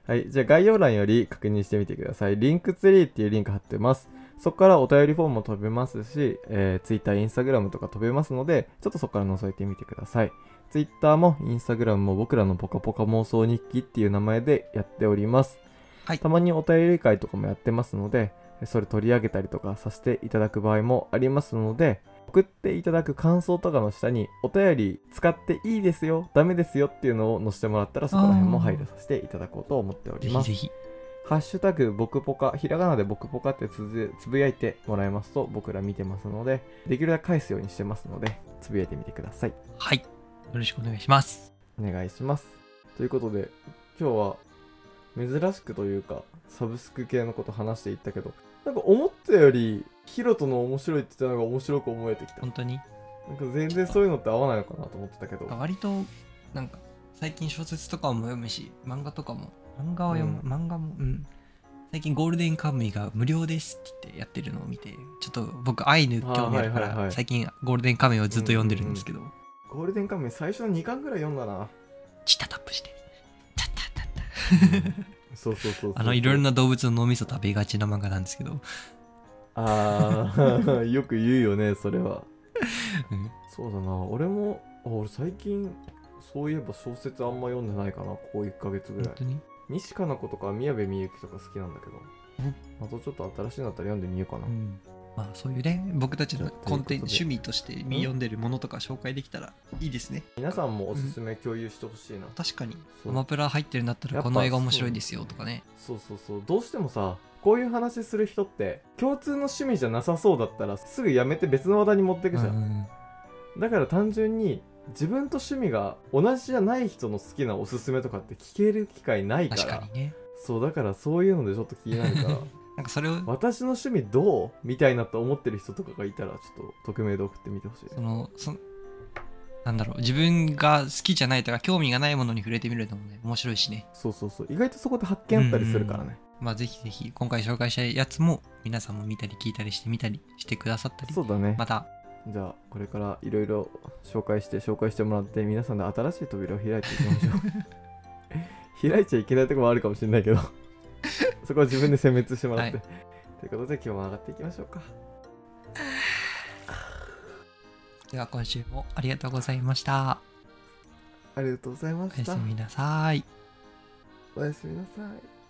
Speaker 1: はい、じゃあ概要欄より確認してみてくださいリンクツリーっていうリンク貼ってますそこからお便りフォームも飛べますし、えー、Twitter、Instagram とか飛べますので、ちょっとそこから覗いてみてください。Twitter も Instagram も僕らのポカポカ妄想日記っていう名前でやっております。
Speaker 2: はい
Speaker 1: たまにお便り会とかもやってますので、それ取り上げたりとかさせていただく場合もありますので、送っていただく感想とかの下にお便り使っていいですよ、ダメですよっていうのを載せてもらったらそこら辺も配慮させていただこうと思ってお
Speaker 2: ぜ
Speaker 1: りま
Speaker 2: ひ
Speaker 1: す
Speaker 2: ぜ。ひ
Speaker 1: ハッシュタグ、僕ポカ、ひらがなで僕ポカってつぶつぶやいてもらえますと、僕ら見てますので、できるだけ返すようにしてますので、つぶやいてみてください。
Speaker 2: はいよろしくお願いします
Speaker 1: お願いします。ということで、今日は珍しくというか、サブスク系のこと話していったけど、なんか思ったより、ヒロトの面白いって言ったのが面白く思えてきた。な
Speaker 2: 本当に
Speaker 1: んか全然そういうのって合わないのかなと思ってたけど、
Speaker 2: 割となんか最近小説とかも読むし漫画とかも漫画は読む、
Speaker 1: う
Speaker 2: 漫画もうん最近ゴールデンカムイが無料ですって言ってやってるのを見てちょっと僕アイヌ興味あるか
Speaker 1: あーはいはいは
Speaker 2: ら
Speaker 1: い
Speaker 2: 最近ゴールデンカムイをずっと読んでるんですけど、
Speaker 1: ゴールデンカムイ最初の2巻ぐらい読んだな。
Speaker 2: チタタップしてタッタッタッタ
Speaker 1: そうそうそうそう
Speaker 2: あのいろいろな動物の脳みそ食べがちな漫画なんですけど、
Speaker 1: あ ーよく言うよね、それは。
Speaker 2: うん
Speaker 1: そうだな俺もあ俺最近そういえば小説あんま読んでないかなここ1ヶ月ぐらい
Speaker 2: 本当に
Speaker 1: 西加奈子とか宮部みゆきとか好きなんだけどあとちょっと新しいのあったら読んでみようかな、
Speaker 2: まあそういうね僕たち
Speaker 1: じ
Speaker 2: の
Speaker 1: ゃあ
Speaker 2: コンテ
Speaker 1: とい
Speaker 2: ンツ
Speaker 1: うことで
Speaker 2: 趣味として
Speaker 1: ん
Speaker 2: 読んでるものとか紹介できたらいいですね
Speaker 1: 皆さんもおすすめ共有してほしいな、
Speaker 2: 確かにア
Speaker 1: そう
Speaker 2: マプラ入ってるんだった
Speaker 1: や
Speaker 2: ら
Speaker 1: っぱ
Speaker 2: この映画面白いですよとかね
Speaker 1: そうそうそうどうしてもさこういう話する人って共通の趣味じゃなさそうだったらすぐやめて別の話題に持ってくじゃ、
Speaker 2: うんん
Speaker 1: だから単純に自分と趣味が同じじゃない人の好きなおすすめとかって聞ける機会ないから
Speaker 2: 確かにね
Speaker 1: そうだからそういうのでちょっと気になる から
Speaker 2: なんかそれを
Speaker 1: 私の趣味どうみたいなと思ってる人とかがいたらちょっと匿名で送ってみてほしい
Speaker 2: そのそなんだろう自分が好きじゃないとか興味がないものに触れてみるのもね面白いしね
Speaker 1: そうそうそう意外とそこで発見あったりするからね
Speaker 2: まあぜひぜひ今回紹介したやつも皆さんも見たり聞いたりしてみたりしてくださったり
Speaker 1: そうだね、
Speaker 2: また
Speaker 1: じゃあこれからいろいろ紹介して紹介してもらって皆さんで新しい扉を開いていきまし ょう開いちゃいけないとこもあるかもしれないけどそこは自分で殲滅してもらって、
Speaker 2: は
Speaker 1: ということで今日も上がっていきましょうか
Speaker 2: では今週もありがとうございました。
Speaker 1: ありがとうございま
Speaker 2: おや
Speaker 1: し
Speaker 2: す
Speaker 1: た
Speaker 2: みなさい。
Speaker 1: おやすみなさい